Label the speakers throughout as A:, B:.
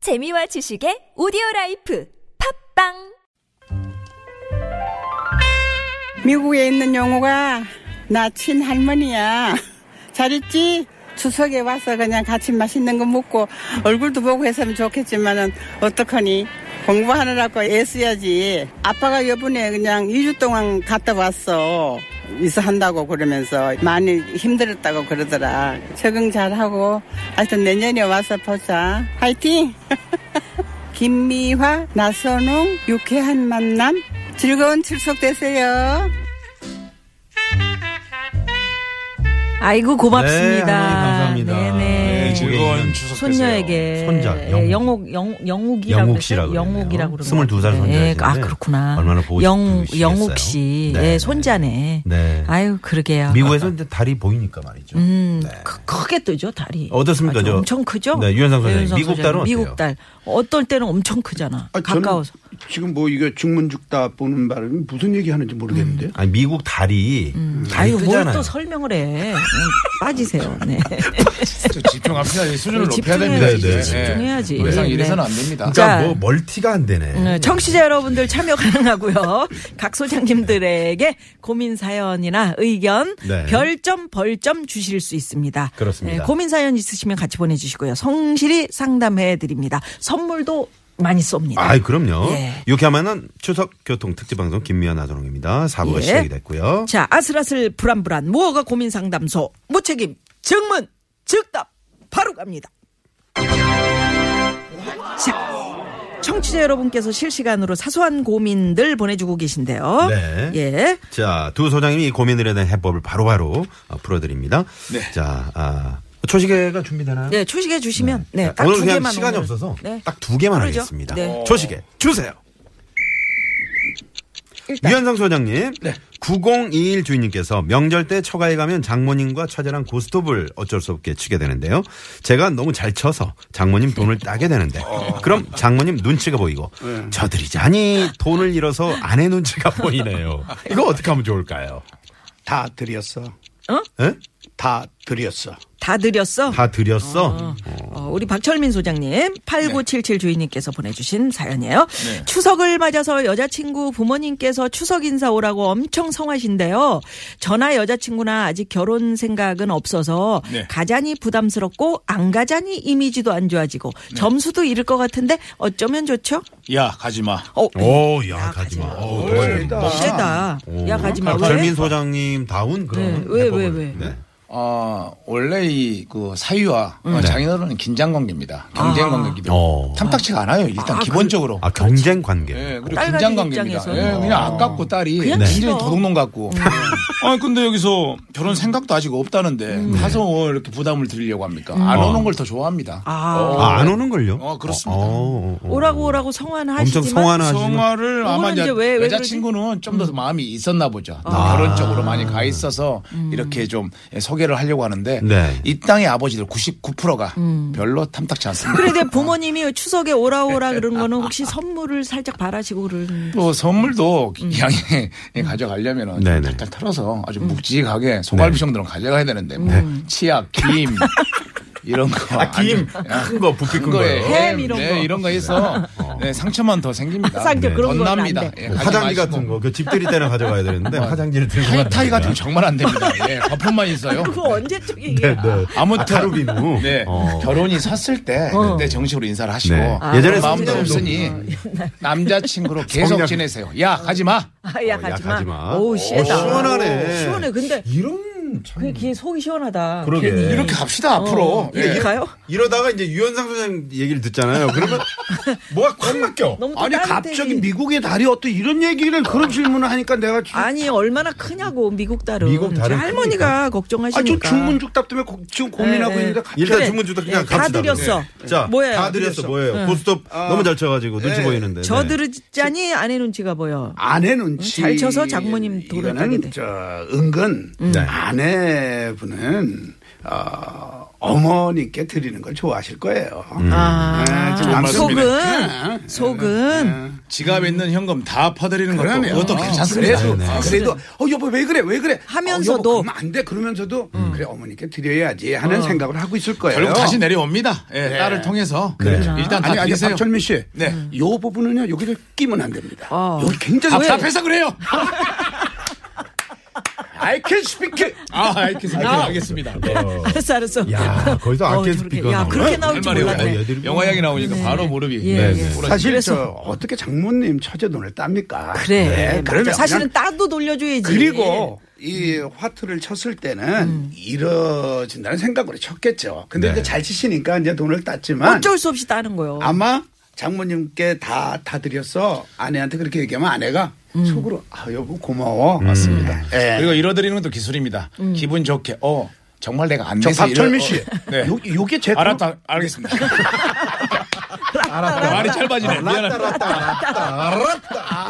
A: 재미와 지식의 오디오 라이프 팝빵
B: 미국에 있는 용호가 나 친할머니야. 잘 있지? 추석에 와서 그냥 같이 맛있는 거 먹고 얼굴도 보고 했으면 좋겠지만은 어떡하니? 공부하느라고 애쓰야지. 아빠가 여분에 그냥 2주 동안 갔다 왔어. 이사 한다고 그러면서 많이 힘들었다고 그러더라. 적응 잘하고 하여튼 내년에 와서 보자. 화이팅! 김미화, 나선홍, 유쾌한 만남, 즐거운 출석 되세요.
C: 아이고 고맙습니다.
D: 네, 할머니 감사합니다.
C: 네네.
D: 네,
E: 즐거운 추석
C: 손녀에게 네,
D: 되세요. 손자, 영욱.
C: 영옥 영, 영욱이라고
D: 영욱 씨라
C: 그랬어요?
D: 그러네요.
C: 영욱이라고 그러면
D: 22살
C: 안 돼.
D: 손자이신데
C: 예, 아 그렇구나.
D: 얼마나 보고
C: 영
D: 싶으시겠어요?
C: 영욱 씨,
D: 네,
C: 예,
D: 네.
C: 손자네.
D: 네.
C: 아유 그러게요.
D: 미국에서 이제 달이 보이니까 말이죠.
C: 음,
D: 네.
C: 크, 크게 뜨죠 달이.
D: 어떻습니까,
C: 아주
D: 저-
C: 엄청 크죠.
D: 네, 유현상 선생님.
C: 유현상
D: 미국
C: 소장님,
D: 달은 어때요?
C: 미국 달 어떨 때는 엄청 크잖아.
F: 아, 저는
C: 가까워서.
F: 지금 뭐 이게 중문죽다 보는 바람에 무슨 얘기 하는지 모르겠는데요.
C: 음.
D: 아니 미국 달이 달이
C: 아유 뭘
D: 뜨잖아요.
C: 또 설명을 해. 음, 빠지세요. 네.
E: 저 집중합시다. 이제 수준을
C: 네,
E: 높여야 됩니다.
C: 집중해야지,
E: 이제.
C: 집중해야지.
E: 예. 더 이상
C: 네.
E: 이래서는 안
C: 자.
E: 됩니다.
D: 그러니까 뭐 멀티가 안 되네.
C: 네, 청취자 여러분들 참여 가능하고요. 각 소장님들에게 고민 사연이나 의견,
D: 네.
C: 별점, 벌점 주실 수 있습니다. 네,
D: 그렇습니다.
C: 고민 사연 있으시면 같이 보내주시고요. 성실히 상담해 드립니다. 선물도 많이 쏩니다.
D: 아이 그럼요.
C: 예.
D: 이렇게 하면은 추석 교통 특집 방송 김미연 아도롱입니다. 사부가
C: 예.
D: 시작이 됐고요.
C: 자, 아슬아슬 불안불안 무허가 고민 상담소 무책임 증문 즉답 바로 갑니다. 자, 청취자 여러분께서 실시간으로 사소한 고민들 보내주고 계신데요.
D: 네.
C: 예.
D: 자, 두 소장님이 이 고민들에 대한 해법을 바로바로 어, 풀어드립니다. 자, 아, 초시계가 준비되나요?
C: 네, 초식해 주시면 네, 딱
D: 오늘
C: 두
D: 그냥
C: 개만
D: 시간이
C: 오늘.
D: 없어서
C: 네.
D: 딱 두 개만
C: 그러죠.
D: 하겠습니다.
C: 네.
D: 초시계 주세요. 유현상 소장님, 9021 주인님께서 명절 때 처가에 가면 장모님과 처제랑 고스톱을 어쩔 수 없게 치게 되는데요. 제가 너무 잘 쳐서 장모님 돈을 따게 되는데, 그럼 장모님 눈치가 보이고 저들이 자니 돈을 잃어서 아내 눈치가 보이네요. 이거 어떻게 하면 좋을까요?
F: 다 드렸어.
D: 예?
F: 다 드렸어.
C: 다 드렸어.
D: 다 드렸어.
C: 어, 우리 박철민 소장님,
D: 네.
C: 8977 주인님께서 보내주신 사연이에요. 추석을 맞아서 여자친구 부모님께서 추석 인사 오라고 엄청 성하신데요. 저나 여자친구나 아직 결혼 생각은 없어서
E: 네.
C: 가자니 부담스럽고 안 가자니 이미지도 안 좋아지고
D: 네.
C: 점수도 잃을 것 같은데 어쩌면 좋죠?
E: 야, 가지 마.
C: 어,
D: 오, 야, 가지마. 네. 오,
F: 아.
C: 세다. 야, 가지 마. 왜?
D: 박철민 소장님 다운 그런
C: 네, 왜,
D: 해법을.
C: 왜, 왜?
D: 네.
E: 아, 원래 이 그 사유와
C: 음.
E: 어,
C: 네.
E: 장인어른은 긴장 관계입니다.
C: 아.
E: 경쟁 관계이기 때문에
D: 어.
E: 탐탁치가 않아요. 일단 기본적으로.
D: 아 경쟁 관계.
E: 예, 그리고
C: 그 딸
E: 긴장
C: 가진
E: 관계입니다.
C: 입장에서는. 어.
E: 예, 그냥 아깝고 딸이
C: 그냥
E: 굉장히
C: 싫어. 음.
E: 도둑놈 같고. 아 근데 여기서 결혼 생각도 아직 없다는데
C: 음.
E: 가서 뭐 이렇게 부담을 드리려고 합니까? 안 오는 걸 더 좋아합니다.
C: 아,
D: 아, 안 오는 걸요?
E: 어,
D: 어,
E: 그렇습니다.
D: 어, 어.
C: 오라고 오라고 성환하시지만
D: 엄청 성화나시는
E: 성화를
C: 그거는
E: 아마 이제
C: 어, 이제 왜- 왜 아.
E: 여자친구는 좀 더 마음이 있었나 보죠. 결혼 쪽으로 많이 가 있어서
C: 음.
E: 이렇게 좀 소개를 하려고 하는데
D: 네.
E: 이 땅의 아버지들 99%가 별로 탐탁치 않습니다.
C: 음. 그런데 부모님이 추석에 오라 오라 그런 거는 혹시 선물을 살짝 바라시고 그런
E: 또 선물도
C: 음.
E: 양해 가져가려면
D: 네네. 네.
E: 은 탈탈 털어서 아주 묵직하게 소갈비 정도는 가져가야 되는데 뭐
C: 음.
E: 치약, 김 이런 거. 아주
D: 큰거 부피 큰
E: 거에
D: 거예요.
C: 햄 이런
E: 네,
C: 거.
E: 이런 거 해서 네, 상처만 더 생깁니다.
C: 상처 그런 거는 안
E: 덧납니다.
C: 돼.
E: 예, 가지
D: 네. 화장지
E: 마시고.
D: 같은 거, 그집 들일 때는 가져가야 되는데 화장지를 들고
E: 타이 타이 같은
D: 가는
E: 거
D: 거야.
E: 정말 안 됩니다. 예, 거품만 있어요.
C: 그거 언제 예, 쪽이에요?
D: 네.
E: 아무튼
D: 가루비누.
E: 네,
D: 어.
E: 결혼이 섰을 때
C: 어.
E: 그때 정식으로 인사를 하시고
D: 네.
C: 아,
D: 예전에
E: 마음도
D: 성장도
E: 없으니 남자친구로 계속
D: 성장.
E: 지내세요. 야 가지 마.
C: 아, 야,
D: 어, 야,
C: 가지 마.
D: 가지 마.
C: 오우,
D: 어,
C: 시원하다. 어,
D: 시원하네.
C: 시원해. 근데
D: 이런 참.
C: 그게 걔 속이 시원하다.
D: 그러게.
E: 이렇게
C: 어.
E: 갑시다 앞으로. 예.
C: 이렇게 가요?
D: 이러다가 이제 유현상 소장 얘기를 듣잖아요. 그러면 뭐가 콱 막혀.
C: 너무 또
F: 아니
C: 따뜻해.
F: 갑자기 미국의 달이 어때 이런 얘기를 그런 질문을 하니까 내가 지금
C: 아니 얼마나 크냐고 미국 딸은.
D: 미국 딸은
C: 할머니가 걱정하시니까.
F: 아저 중문죽답 때문에 고- 지금
C: 그러니까.
F: 고민하고
C: 네, 네.
F: 있는데 갑자기
D: 일단
C: 그래.
D: 주문 주다 그냥
C: 예, 다
D: 갑시다.
C: 드렸어.
D: 네. 자,
C: 뭐예요? 네.
D: 다 드렸어. 뭐예요? 고스톱
E: 아.
D: 너무 잘 쳐가지고 눈치 보이는데.
C: 저
D: 네.
C: 들으자니 아내 눈치가 보여.
F: 아내 눈치
C: 음, 잘 쳐서 장모님 음. 돈을 따게 돼. 네.
F: 이거는 저 은근
D: 네.
F: 아내분은 어, 어머니께 드리는 걸 좋아하실 거예요.
C: 아,
F: 네, 지금 남편분이- 네,
C: 속은 속은
E: 지갑에 있는 현금 다 퍼드리는 것도
F: 그러면
E: 아, 그것도 괜찮습니다. 네,
F: 그래도, 그래도 어 여보 왜 그래 왜 그래
C: 하면서도.
F: 어, 여보, 그러면 안돼 그러면서도 그래 어머니께 드려야지 하는 생각을 하고 있을 거예요.
E: 음. 결국 다시 내려옵니다. 예,
F: 네.
E: 딸을 통해서 일단 다
F: 아니 아니
E: 드리세요.
F: 박철민 씨, 음.
E: 네.
F: 요 부분은요 여기서 끼면 안 됩니다.
C: 어.
F: 여기 굉장히
E: 답답해서 그래요.
F: I can speak. it.
E: 아, 알겠습니다. 알겠습니다. 네.
C: 알았어 알았어.
D: 야, 거기서
C: 어,
D: 아케
C: 저렇게.
D: 스피커
C: 야,
D: 나오네.
C: 그렇게 나올
E: 할
C: 줄
E: 말이
D: 몰랐네.
E: 없네. 영화 이야기 나오니까 바로 무릎이.
C: 예,
E: 네.
C: 예.
F: 사실 저 어떻게 장모님 처제 돈을 땁니까?
C: 그래.
F: 네, 그러면
C: 사실은
F: 그냥
C: 따도 돌려줘야지.
F: 그리고 이 화투를 쳤을 때는
C: 음.
F: 이뤄진다는 생각으로 쳤겠죠. 근데
D: 네.
F: 이제 잘 치시니까 이제 돈을 땄지만
C: 예. 어쩔 수 없이 따는 거요.
F: 아. 아마 장모님께 다, 다 드렸어. 아내한테 그렇게 얘기하면 아내가
C: 음.
F: 속으로, 아, 여보, 고마워. 맞습니다.
D: 네.
F: 예.
E: 그리고 잃어드리는 것도 기술입니다. 기분 좋게. 어, 정말 내가 안
F: 저
E: 돼서
F: 박철민
E: 이러-
F: 씨.
E: 어, 네.
F: 요, 요게 제
E: 알았다. 알겠습니다. 알았다. 말이 짧아지네. 미안합니다.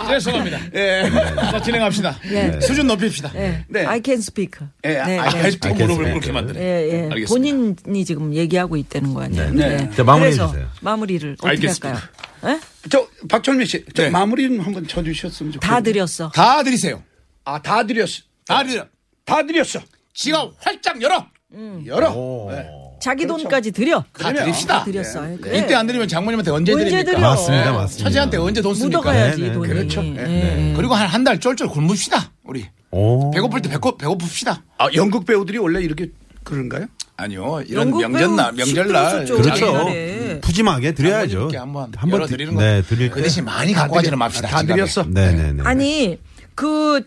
E: 죄송합니다. 예. 자, 진행합니다.
C: 예.
E: 수준 높입시다.
C: 네.
F: 네.
C: I can speak.
F: 예,
C: 네.
F: 아,
E: 아, 지금 무릎을
D: 알겠습니다.
E: 그렇게 만드네.
C: 예, 예.
E: 알겠습니다.
C: 본인이 지금 얘기하고 있다는 거 아니에요?
D: 네.
F: 네.
D: 자, 마무리해
C: 그래서
D: 주세요.
C: 마무리를 어떻게
E: 알겠습니다.
C: 할까요? 예?
F: 저, 박철민 씨. 저
E: 네.
F: 마무리 좀 한번 쳐주셨으면 좋겠어요.
C: 다 드렸어.
E: 다 드리세요.
F: 아, 다 드렸어.
E: 다 드려.
F: 다 드렸어.
E: 지갑 활짝 열어.
F: 열어.
C: 자기 돈까지 드려.
E: 다 드립시다.
C: 다 드렸어. 예, 그래.
E: 네. 이때 안 드리면 장모님한테 언제,
C: 언제
E: 드립니까?
C: 드려?
D: 아, 맞습니다, 맞습니다.
E: 네. 처제한테 언제 돈 씁니까?
C: 묻어가야지
D: 네, 네,
C: 돈이.
D: 그렇죠.
C: 예, 예.
E: 그리고 한 한 달 쫄쫄 굶읍시다. 우리
D: 오.
E: 배고플 때 배고 배고픕시다.
F: 아, 연극 배우들이 원래 이렇게 그런가요?
E: 아니요 이런
C: 연극
E: 명절날
C: 배우
E: 명절날
C: 시끄러웠었죠. 네.
E: 자기
D: 그렇죠.
C: 옛날에.
D: 푸짐하게 드려야죠.
E: 장모님께 한번
D: 드-
E: 열어드리는 거.
D: 네, 드릴
E: 그
D: 거예요.
E: 대신 많이 갖고 가지는 맙시다.
F: 다
E: 지갑에.
F: 드렸어.
D: 네, 네, 네.
C: 아니 그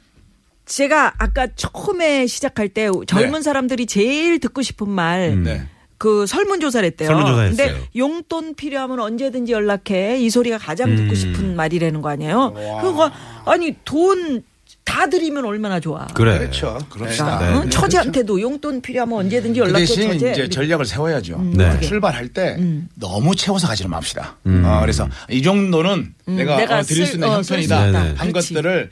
C: 제가 아까 처음에 시작할 때 젊은
E: 네.
C: 사람들이 제일 듣고 싶은 말.
E: 네.
C: 그 설문조사를 했대요.
D: 설문조사
C: 근데
D: 했어요.
C: 용돈 필요하면 언제든지 연락해. 이 소리가 가장 듣고 싶은 말이라는 거 아니에요? 그거 아니 돈 다 드리면 얼마나 좋아. 그러니까
D: 그래.
F: 그렇죠.
E: 그럽시다.
D: 네,
C: 응?
D: 네.
C: 처제한테도 용돈 필요하면 언제든지
E: 그렇죠. 그
C: 연락해.
E: 대신
C: 처제.
E: 이제 전략을 세워야죠.
C: 음.
D: 네.
E: 어, 출발할 때 너무 채워서 가지는 맙시다. 어, 그래서 이 정도는 내가,
C: 음. 내가
E: 어, 드릴
C: 쓸-
E: 수 있는
C: 어, 쓸수
E: 형편이다
D: 있다.
E: 한
C: 네네. 그렇지. 어.
E: 것들을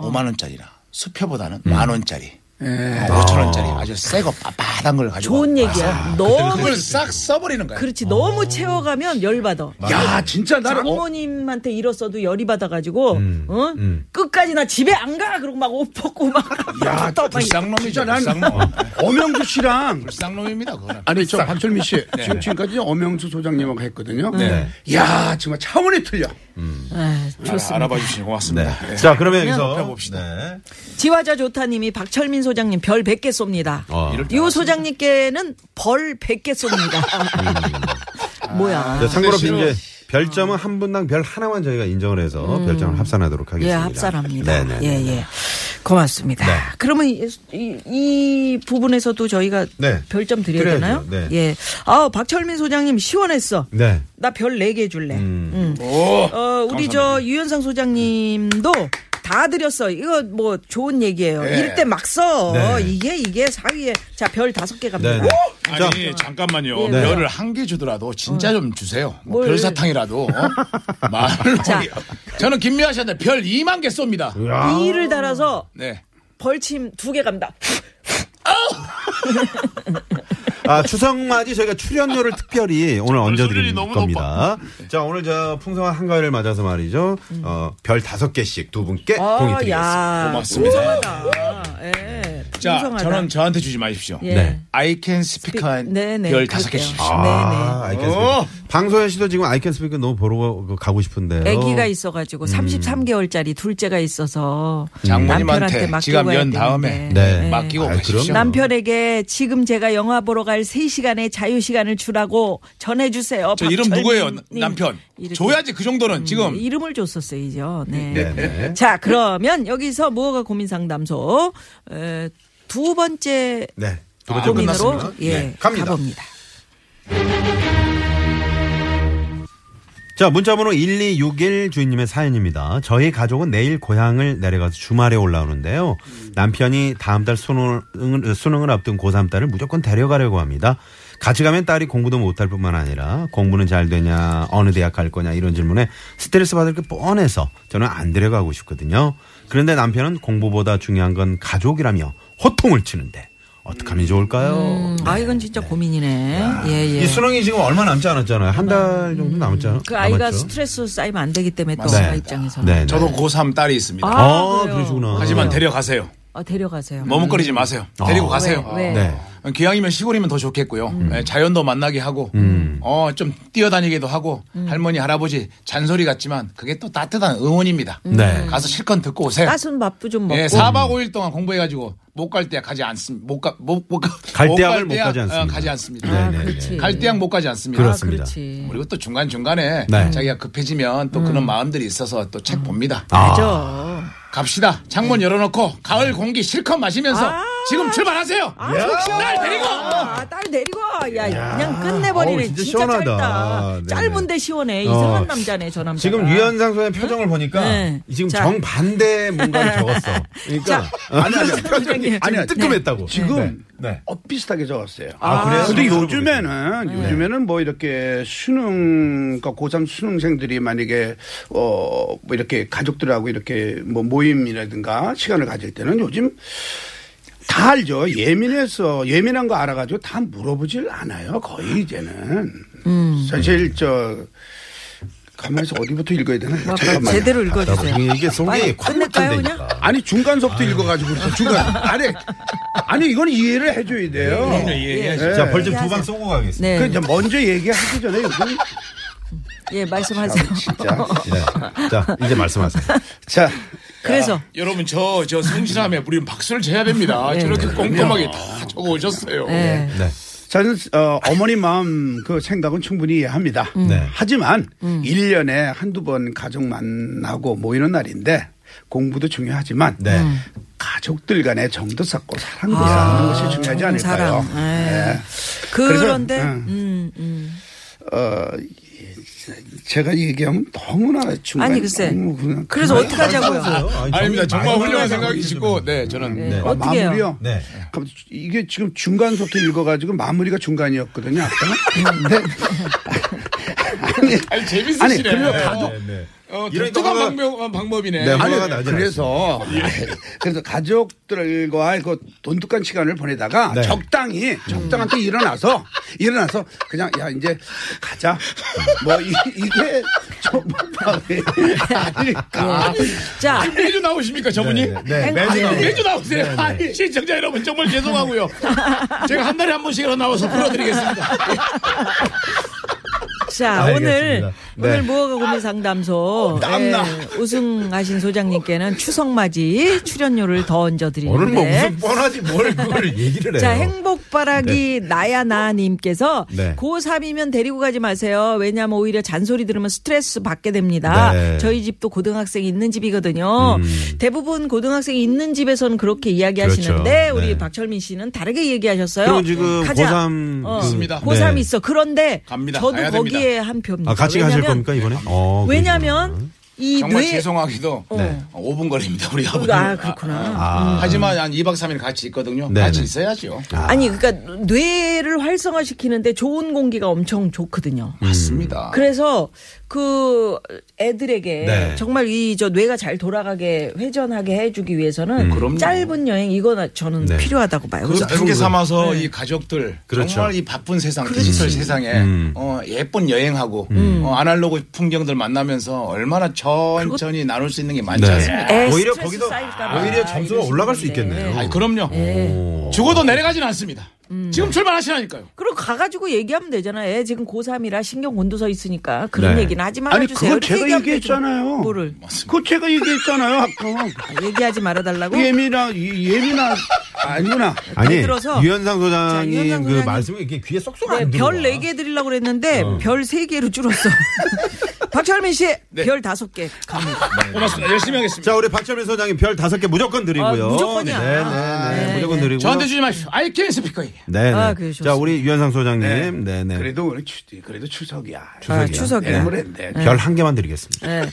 E: 5만 원짜리나 수표보다는 만 원짜리, 5천 원짜리 아주 새거 빳빳한 걸 가지고
C: 네. 좋은
E: 와서
C: 얘기야. 어, 너무
E: 아, 그걸 어. 싹 써버리는 거야.
C: 그렇지 너무 채워가면 열 받아.
F: 야, 진짜 나를. 어,
C: 장모님한테 잃었어도 열이 받아가지고
D: 음,
C: 어? 끝까지 나 집에 안 가 그러고 막 옷 벗고 막
F: 야,
C: 또 막-
E: 불쌍놈이죠. 불쌍놈.
C: 어.
F: 엄영주 씨랑
E: 불쌍놈입니다. 그거는.
F: 아니 저 박철민 씨 지금 지금까지 엄영수 소장님하고 했거든요.
E: 네.
F: 야 정말 차원이 틀려.
C: 아, 좋습니다.
E: 알아봐 주시니 고맙습니다. 예.
D: 네. 자, 그러면 여기서
E: 살펴봅시다.
D: 네.
C: 지화자 조타님이 박철민 소장님 별 100개 쏩니다.
D: 어.
E: 이럴 때
C: 유 소장님께는 벌 100개 쏩니다.
D: 음.
E: 네.
C: 뭐야.
D: 자, 참고로
E: 근데
D: 이제 별점은 한 분당 별 하나만 저희가 인정을 해서 별점을 합산하도록
C: 음. 예,
D: 하겠습니다.
C: 합사랍니다.
D: 네, 네.
C: 예, 예. 고맙습니다. 그러면 이, 이- 이 부분에서도 저희가
D: 네.
C: 별점 드려야
D: 드려야죠.
C: 되나요?
D: 네.
C: 예. 아, 박철민 소장님 시원했어.
D: 네.
C: 나 별 4개 줄래. 음.
E: 오,
C: 어, 우리 저 유현상 소장님도 다 드렸어. 이거 뭐 좋은 얘기예요. 이럴 때 막 써.
D: 네.
C: 이게 이게 사위에 자 별 다섯 개 갑니다.
D: 네, 네. 자,
E: 아니 잠깐만요.
C: 네.
E: 별을 한 개 주더라도 진짜 좀 주세요.
C: 어.
E: 뭐
C: 뭘.
E: 별사탕이라도 어? 말로.
C: 자.
E: 저는 김미아 씨한테 별 2만 개
D: 네.
E: 쏩니다.
C: 이를 달아서
E: 네.
C: 벌침 두 개 갑니다.
D: 아, 추석맞이 저희가 출연료를 특별히 오늘 얹어드리는
E: 수준이 너무
D: 겁니다. 자, 오늘 저 풍성한 한가위를 맞아서 말이죠.
C: 음.
D: 어, 별 다섯 개씩 두 분께
C: 어,
D: 공익드리겠습니다.
E: 고맙습니다.
C: 풍성하다. 아, 예.
E: 자,
C: 풍성하다.
E: 저는 저한테 주지 마십시오.
C: 예.
D: 네.
E: I can speak 한
C: 네, 네. 어!
E: 별 다섯 개
C: 그럴게요.
E: 주십시오.
D: 아, 아이캔
E: 오!
D: 스피크. 방소연 씨도 지금 아이캔 스피크 너무 보러 가고 싶은데요.
C: 아기가 있어가지고
D: 음.
C: 33개월짜리 둘째가 있어서 남편한테
E: 장모님한테
C: 맡기고
E: 지갑
C: 가야
E: 연 다음에
C: 되는데.
D: 네.
E: 맡기고
D: 아이,
E: 가십시오.
D: 그럼요.
C: 남편에게 지금 제가 영화 보러 갈 3시간의 자유 시간을 주라고 전해 주세요.
E: 저 이름 누구예요? 남편.
C: 줘야
E: 줘야지 그 정도는 지금
C: 네, 음, 이름을 줬었어요, 이제. 네.
D: 네, 네.
C: 자, 그러면 여기서 무허가 고민 상담소 에, 두 번째
D: 네. 두 번째
C: 고민으로
D: 끝났습니다.
C: 예,
D: 네, 갑니다.
C: 가봅니다.
D: 자, 문자번호 1261 주인님의 사연입니다. 저희 가족은 내일 고향을 내려가서 주말에 올라오는데요. 남편이 다음 달 수능을, 수능을 앞둔 고3 딸을 무조건 데려가려고 합니다. 같이 가면 딸이 공부도 못할 뿐만 아니라 공부는 잘 되냐, 어느 대학 갈 거냐 이런 질문에 스트레스 받을 게 뻔해서 저는 안 데려가고 싶거든요. 그런데 남편은 공부보다 중요한 건 가족이라며 호통을 치는데 어떡하면 좋을까요?
C: 아 이건 진짜 고민이네. 예예.
D: 네. 이 수능이 지금 얼마 남지 않았잖아요. 한 달 정도 남았잖아요.
C: 그 아이가
D: 남았죠?
C: 스트레스 쌓이면 안 되기 때문에 또
D: 맞습니다.
C: 엄마 입장에서.
D: 네, 네.
E: 저도 고3 딸이 있습니다.
C: 아,
D: 아,
C: 그래요.
D: 그러시구나.
E: 하지만 데려가세요.
C: 아, 데려가세요.
D: 그-
E: 머뭇거리지 마세요. 데리고
D: 아.
E: 가세요.
C: 왜? 왜?
D: 네. 음.
E: 기왕이면 시골이면 더 좋겠고요. 예, 자연도 만나게 하고, 어, 좀 뛰어다니기도 하고,
D: 음.
E: 할머니, 할아버지 잔소리 같지만 그게 또 따뜻한 응원입니다.
D: 네.
E: 가서 실컷 듣고 오세요.
C: 따순 밥도 좀 먹고.
E: 예, 4박 5일 동안 공부해가지고 못 갈 때 가지 않습니다. 못 가, 못, 못 가.
D: 갈
E: 못
D: 대학을
E: 갈
D: 못
E: 대학,
D: 가지 않습니다.
E: 어, 가지 않습니다.
D: 네,
C: 아,
D: 네, 네.
C: 그렇지.
E: 갈 대학 못 가지 않습니다.
D: 그렇습니다.
C: 아, 그렇지.
E: 그리고 또 중간중간에
D: 네.
E: 자기가 급해지면 또 그런 마음들이 있어서 또 책 봅니다.
C: 맞아.
E: 갑시다. 창문 열어놓고 가을 공기 실컷 마시면서 지금 출발하세요. 날 데리고.
C: 아, 딸 데리고. 야, 그냥 끝내버리네.
D: 어우, 진짜
C: 진짜,
D: 시원하다.
C: 짧다.
D: 네네.
C: 짧은데 시원해. 이상한
D: 어.
C: 남자네, 저 남자.
D: 지금 유현상 소장의 표정을 보니까
C: 네.
D: 지금
C: 자. 네.
D: 정반대의 뭔가를 적었어.
C: 자. 네.
D: 그러니까 아니 아니 표정이 아니
F: 아니야.
D: 뜨끔했다고.
F: 지금
D: 네.
F: 어, 비슷하게 적었어요.
D: 아, 그래요?
F: 근데 요즘에는 요즘에는 뭐 이렇게 수능 그러니까 고3 수능생들이 만약에 어뭐 이렇게 가족들하고 이렇게 뭐 모임이라든가 시간을 가질 때는 요즘 다 알죠. 예민해서 예민한 거 알아가지고 다 물어보질 않아요. 거의 이제는
C: 음.
F: 사실 저 가만히서 어디부터 읽어야 되나?
C: 뭐,
F: 잠깐만요.
C: 제대로 읽어주세요.
D: 아, 나중에 네. 이게 속이
C: 빨리
D: 확
C: 끝낼까요,
D: 막힌다니까.
C: 그냥?
F: 아니 중간서부터 읽어가지고 그래서 중간 아니 아니 이건 이해를 해줘야 돼요. 예.
E: 예.
F: 네.
D: 자 벌점 두 방 쏘고 가겠습니다.
C: 네.
F: 그 이제 먼저 얘기하기 전에 요즘 아,
C: 예, 말씀하세요.
D: 아,
F: 진짜
D: 네. 자 이제 말씀하세요.
F: 자
C: 그래서.
E: 여러분 저 저 성실함에 우리는 박수를 쳐야 됩니다.
C: 네.
E: 저렇게 꼼꼼하게 다 적어 오셨어요.
C: 예.
D: 네.
F: 저는 어, 어머니 마음 그 생각은 충분히 이해합니다.
C: 음.
D: 네.
F: 하지만 일년에 한두 번 가족 만나고 뭐 모이는 날인데 공부도 중요하지만
D: 네. 음.
F: 가족들 간의 정도 쌓고 사랑도 쌓는 것이 중요하지
C: 좋은
F: 않을까요?
C: 아, 사람. 예.
D: 네.
F: 예. 그래서,
C: 그런데,
F: 응.
C: 음, 음.
F: 어, 제가 얘기하면 너무나
C: 음,
F: 중간
C: 아니, 글쎄.
D: 음,
F: 너무 그냥
C: 그래서
F: 그냥
C: 어떻게 하자고요?
E: 아닙니다. 정말 훌륭한 생각이시고,
D: 고
E: 네, 저는
C: 네.
F: 아, 마-
C: 어떻게 해요?
F: 마무리요?
D: 네.
F: 그럼 이게 지금 중간부터 읽어가지고 마무리가 중간이었거든요. 아까.
C: 네.
F: 근데 아니,
E: 아니 재밌으시네.
F: 아니, 그래서 가족-
D: 네, 네.
E: 어,
D: 이런
E: 독특한
D: 경우가-
E: 방법, 방법이네.
D: 네,
E: 아니,
D: 화가 나지
F: 그래서 그래서 가족들과 그 돈독한 시간을 보내다가
D: 네.
F: 적당히 적당한 때 일어나서 일어나서 그냥 야 이제 가자. 뭐 이, 게 저번에 아닐까.
C: 예. 자,
E: 매주 나오십니까 저분이?
D: 네, 네. 네, 매주
E: 아니,
D: 나오네요.
E: 매주 나오세요.
D: 네, 네.
E: 아니, 시청자 여러분 정말 죄송하고요. 제가 한 달에 한 번씩이라도 나와서 풀어드리겠습니다.
C: 자,
D: 아, 알겠습니다.
C: 오늘,
D: 네.
C: 오늘 무허가 고민 상담소.
F: 땀나.
C: 예, 우승하신 소장님께는 추석맞이 출연료를 더 얹어드리는데.
D: 오늘 뭐 무슨 뻔하지 뭘 그걸 얘기를 해요.
C: 네. 자, 행복바라기 나야나님께서
D: 네.
C: 고3이면 데리고 가지 마세요. 왜냐하면 오히려 잔소리 들으면 스트레스 받게 됩니다.
D: 네. 음.
C: 저희 집도 고등학생이 있는 집이거든요. 대부분 고등학생이 있는 집에서는 그렇게 이야기하시는데
D: 그렇죠.
C: 우리
D: 네.
C: 박철민 씨는 다르게 얘기하셨어요. 음,
D: 그럼 지금
C: 가자.
D: 고3
C: 어,
E: 그 있습니다.
C: 고3
D: 네.
C: 있어. 그런데
E: 갑니다.
C: 저도
E: 가야 됩니다.
C: 거기에 한 표입니다.
D: 아, 같이 가실 겁니까 이번에? 어,
C: 왜냐하면 이
E: 정말
C: 뇌
E: 죄송하기도
D: 네.
E: 5분 걸립니다 우리 아버님.
C: 아, 그렇구나.
D: 아.
E: 하지만 한 2박 3일 같이 있거든요.
D: 네,
E: 같이
D: 네.
E: 있어야죠.
C: 아니 그러니까 뇌를 활성화시키는데 좋은 공기가 엄청 좋거든요.
E: 맞습니다.
C: 아. 그렇죠. 그래서 그 애들에게
D: 네.
C: 정말 이 저 뇌가 잘 돌아가게 회전하게 해주기 위해서는
E: 그럼요.
C: 짧은 여행 이거는 저는
D: 음. 네.
C: 필요하다고 봐요.
E: 그
C: 그래서
E: 핑계 삼아서 이 가족들
D: 그렇죠.
E: 정말 이 바쁜 세상 디지털 세상에 어, 예쁜 여행하고 어, 아날로그 풍경들 만나면서 얼마나 천천히 나눌 수 있는 게 많지
D: 네.
E: 않습니까?
C: 에,
D: 오히려
C: 음, 스트레스
D: 거기도
C: 쌓일까 봐
D: 오히려 점수가
C: 이러시는데.
D: 올라갈 수 있겠네요.
E: 아니, 그럼요.
D: 오.
E: 죽어도 내려가진 않습니다. 지금 출발하시라니까요.
C: 그리고 가가지고 얘기하면 되잖아요. 애 지금 고3이라 신경 곤두서 있으니까 그런
D: 네.
C: 얘기는 하지
F: 아니
C: 말아주세요.
F: 그거
C: 이렇게
F: 제가
C: 얘기하면
F: 얘기했잖아요.
C: 되죠. 뭐를
F: 그거 제가 얘기했잖아요. 아까
C: 얘기하지 말아달라고. 네,
F: 예민하 예민하 아니구나.
D: 아니
C: 그 예를 들어서-
D: 유현상
C: 자,
D: 소장님
C: 유현상
D: 그
C: 소장님-
D: 말씀이 이렇게 귀에 쏙쏙
C: 네,
D: 안 들어.
C: 별 4개 드리려고 그랬는데
D: 어.
C: 별 3개로 줄었어. 박철민 씨,
F: 네.
C: 별
D: 네.
C: 5개 갑니다.
E: 고맙습니다. 열심히 하겠습니다.
D: 자 우리 박철민 소장님 별 다섯 개 무조건 드리고요.
C: 아, 무조건이야.
D: 네네네
C: 아, 네,
D: 무조건
C: 네.
D: 드리고.
E: 저한테 주지 마십시오. 아이캔 스피커에게.
D: 네네.
C: 아, 그래, 좋습니다.
D: 자 우리 유현상 소장님 네네.
F: 그래도 오늘 추, 그래도 추석이야. 예,
C: 아, 추석이야.
F: 애물했네.
D: 별 한 개만 드리겠습니다.
C: 네.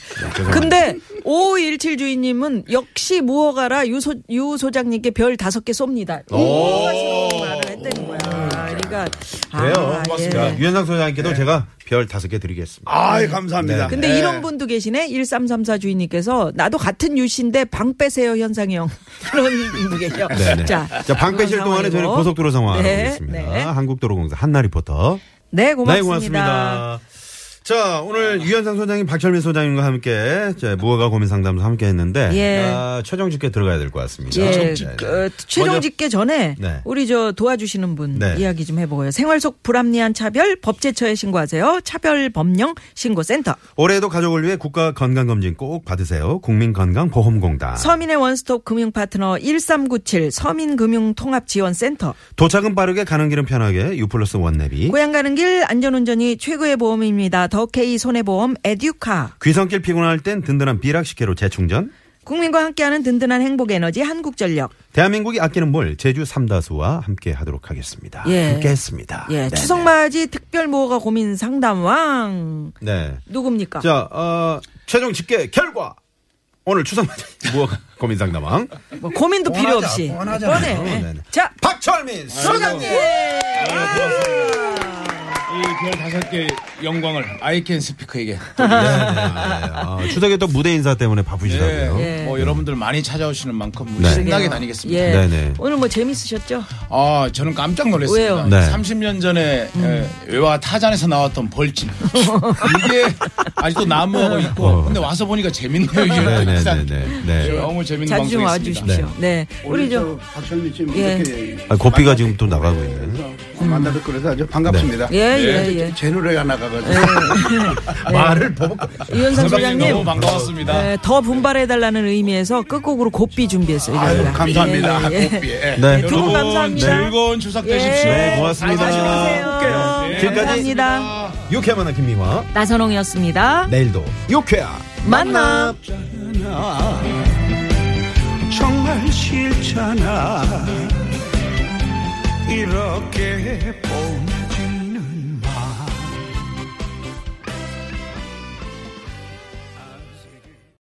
C: 근데 5517 주인님은 역시 무허가라 유소, 유 소장님께 별 다섯 개 쏩니다. 이 말을 했다는 거야. 그러니까 진짜 아,
D: 음, 그래요.
C: 예.
D: 자, 유현상 소장님께도
E: 네.
D: 제가 별 다섯 개 드리겠습니다.
F: 아이
D: 네,
F: 감사합니다.
C: 근데
F: 예.
C: 이런 분도 계시네. 1334 주인님께서 나도 같은 유씨인데 방 빼세요 현상이 형. 그런 분도 계셔.
D: 네네.
C: 자,
D: 자, 방 빼실
C: 그런
D: 동안에 저는
C: 상황이고.
D: 고속도로 상황
C: 네,
D: 알아보겠습니다.
C: 네.
D: 한국도로공사 한나 리포터.
C: 네, 고맙습니다.
D: 네, 고맙습니다. 자, 오늘 유현상 소장님, 박철민 소장님과 함께 이제 무허가 고민 상담소 함께 했는데
C: 예.
D: 아, 최종 집계 들어가야 될 것 같습니다.
C: 예,
D: 네, 네.
C: 그, 최종
D: 먼저-
C: 집계 전에
D: 네.
C: 우리 저 도와주시는 분
D: 네.
C: 이야기 좀 해보고요. 생활 속 불합리한 차별 법제처에 신고하세요. 차별 법령 신고센터.
D: 올해도 가족을 위해 국가 건강검진 꼭 받으세요. 국민건강보험공단.
C: 서민의 원스톱 금융 파트너 1397 서민금융통합지원센터.
D: 도착은 빠르게 가는 길은 편하게 유플러스 원내비.
C: 고향 가는 길 안전운전이 최고의 보험입니다. 더케이 손해보험 에듀카.
D: 귀성길 피곤할 땐 든든한 비락식혜로 재충전.
C: 국민과 함께하는 든든한 행복 에너지 한국전력.
D: 대한민국이 아끼는 물 제주 삼다수와 함께 하도록 하겠습니다.
C: 예.
D: 함께 했습니다.
C: 예,
D: 아, 네네.
C: 추석 맞이 특별 모호가 고민 상담왕.
D: 네.
C: 누굽니까?
D: 자, 어, 최종 집계 결과. 오늘 추석 맞이 무허가 고민 상담왕.
C: 뭐 고민도 필요
D: 뻔하자,
C: 없이.
D: 뻔하잖아요.
C: 뻔해.
D: 네네.
C: 자,
D: 박철민 소장님.
E: 이별 다섯 개 영광을 아이캔 스피커에게.
D: 네, 네, 네. 아, 추석에 또 무대 인사 때문에 바쁘시다고요.
E: 예. 뭐 여러분들 많이 찾아오시는 만큼 우리
D: 네.
E: 신나게 다니겠습니다.
C: 예.
D: 네네.
C: 오늘 뭐 재밌으셨죠?
E: 아, 저는 깜짝
C: 왜요?
E: 놀랐습니다.
D: 네.
E: 30년 전에 예, 외화 타잔에서 나왔던 벌집. 이게 아직도 나무하고
C: 네.
E: 있고.
D: 어.
E: 근데 와서 보니까 재밌네요. 이게.
D: 네네네네. 네.
E: 너무 재밌는
C: 자주 좀
E: 방송이었습니다.
C: 와주십시오. 네. 우리 저,
F: 박철민 씨
C: 예.
F: 이렇게
D: 아, 고삐가 지금 또 나가고 있네.
F: 음. 만나 뵙고 그래서 아주 반갑습니다.
C: 예,
E: 네.
C: 예, 네. 예.
F: 제 노래가 나가가지고
D: 말을 보복.
C: 이현상
E: 선생님 너무
C: 소장님.
E: 반가웠습니다.
C: 예, 더 분발해달라는 의미에서 끝곡으로 곱비 준비했어요.
F: 아유,
C: 저희가.
F: 감사합니다.
C: 예, 예, 예.
F: 고삐. 예.
D: 네.
C: 두 분 감사합니다.
E: 즐거운 추석
C: 예.
E: 되십시오.
D: 네, 고맙습니다.
C: 잘 다녀오세요.
D: 네. 네. 지금까지-
C: 감사합니다.
D: 유쾌한 만남 김미화.
C: 나선홍이었습니다.
D: 내일도 유쾌한.
C: 만남.
G: 정말 싫잖아 이렇게 보면